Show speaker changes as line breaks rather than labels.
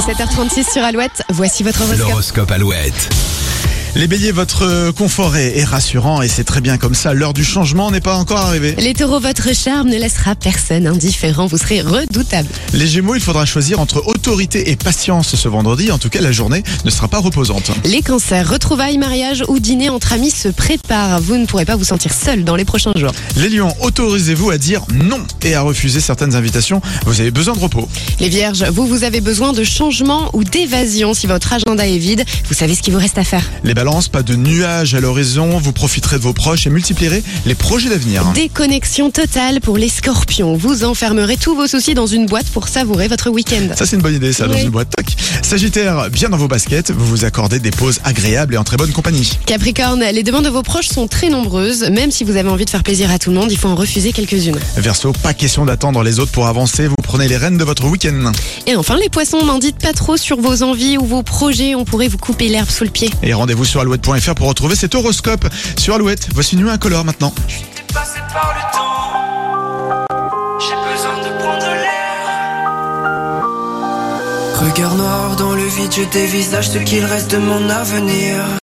7h36 sur Alouette, voici votre horoscope.
L'horoscope Alouette.
Les béliers, votre confort est, est rassurant et c'est très bien comme ça. L'heure du changement n'est pas encore arrivée.
Les taureaux, votre charme ne laissera personne indifférent, vous serez redoutable.
Les gémeaux, il faudra choisir entre autorité et patience ce vendredi. En tout cas, la journée ne sera pas reposante.
Les cancers, retrouvailles, mariage ou dîner entre amis se préparent, vous ne pourrez pas vous sentir seul dans les prochains jours.
Les lions, autorisez-vous à dire non et à refuser certaines invitations. Vous avez besoin de repos.
Les vierges, vous, vous avez besoin de changement ou d'évasion si votre agenda est vide, vous savez ce qu'il vous reste à faire.
Les balances, pas de nuages à l'horizon. Vous profiterez de vos proches et multiplierez les projets d'avenir.
Déconnexion totale pour les scorpions, vous enfermerez tous vos soucis dans une boîte pour savourer votre week-end.
Ça, c'est une bonne idée, ça, dans
Oui.
une boîte. Tac. Sagittaire, bien dans vos baskets, vous vous accordez des pauses agréables et en très bonne compagnie.
Capricorne, les demandes de vos proches sont très nombreuses, même si vous avez envie de faire plaisir à tout le monde, il faut en refuser quelques-unes.
Verseau, pas question d'attendre les autres pour avancer. Vous prenez les rênes de votre week-end.
Et enfin, les poissons, n'en dites pas trop sur vos envies ou vos projets, on pourrait vous couper l'herbe sous le pied.
Et rendez-vous sur alouette.fr pour retrouver cet horoscope. Sur Alouette, voici nu incolore maintenant.
T'es passé par le temps. J'ai besoin de prendre l'air. Regard noir dans le vide, je dévisage ce qu'il reste de mon avenir.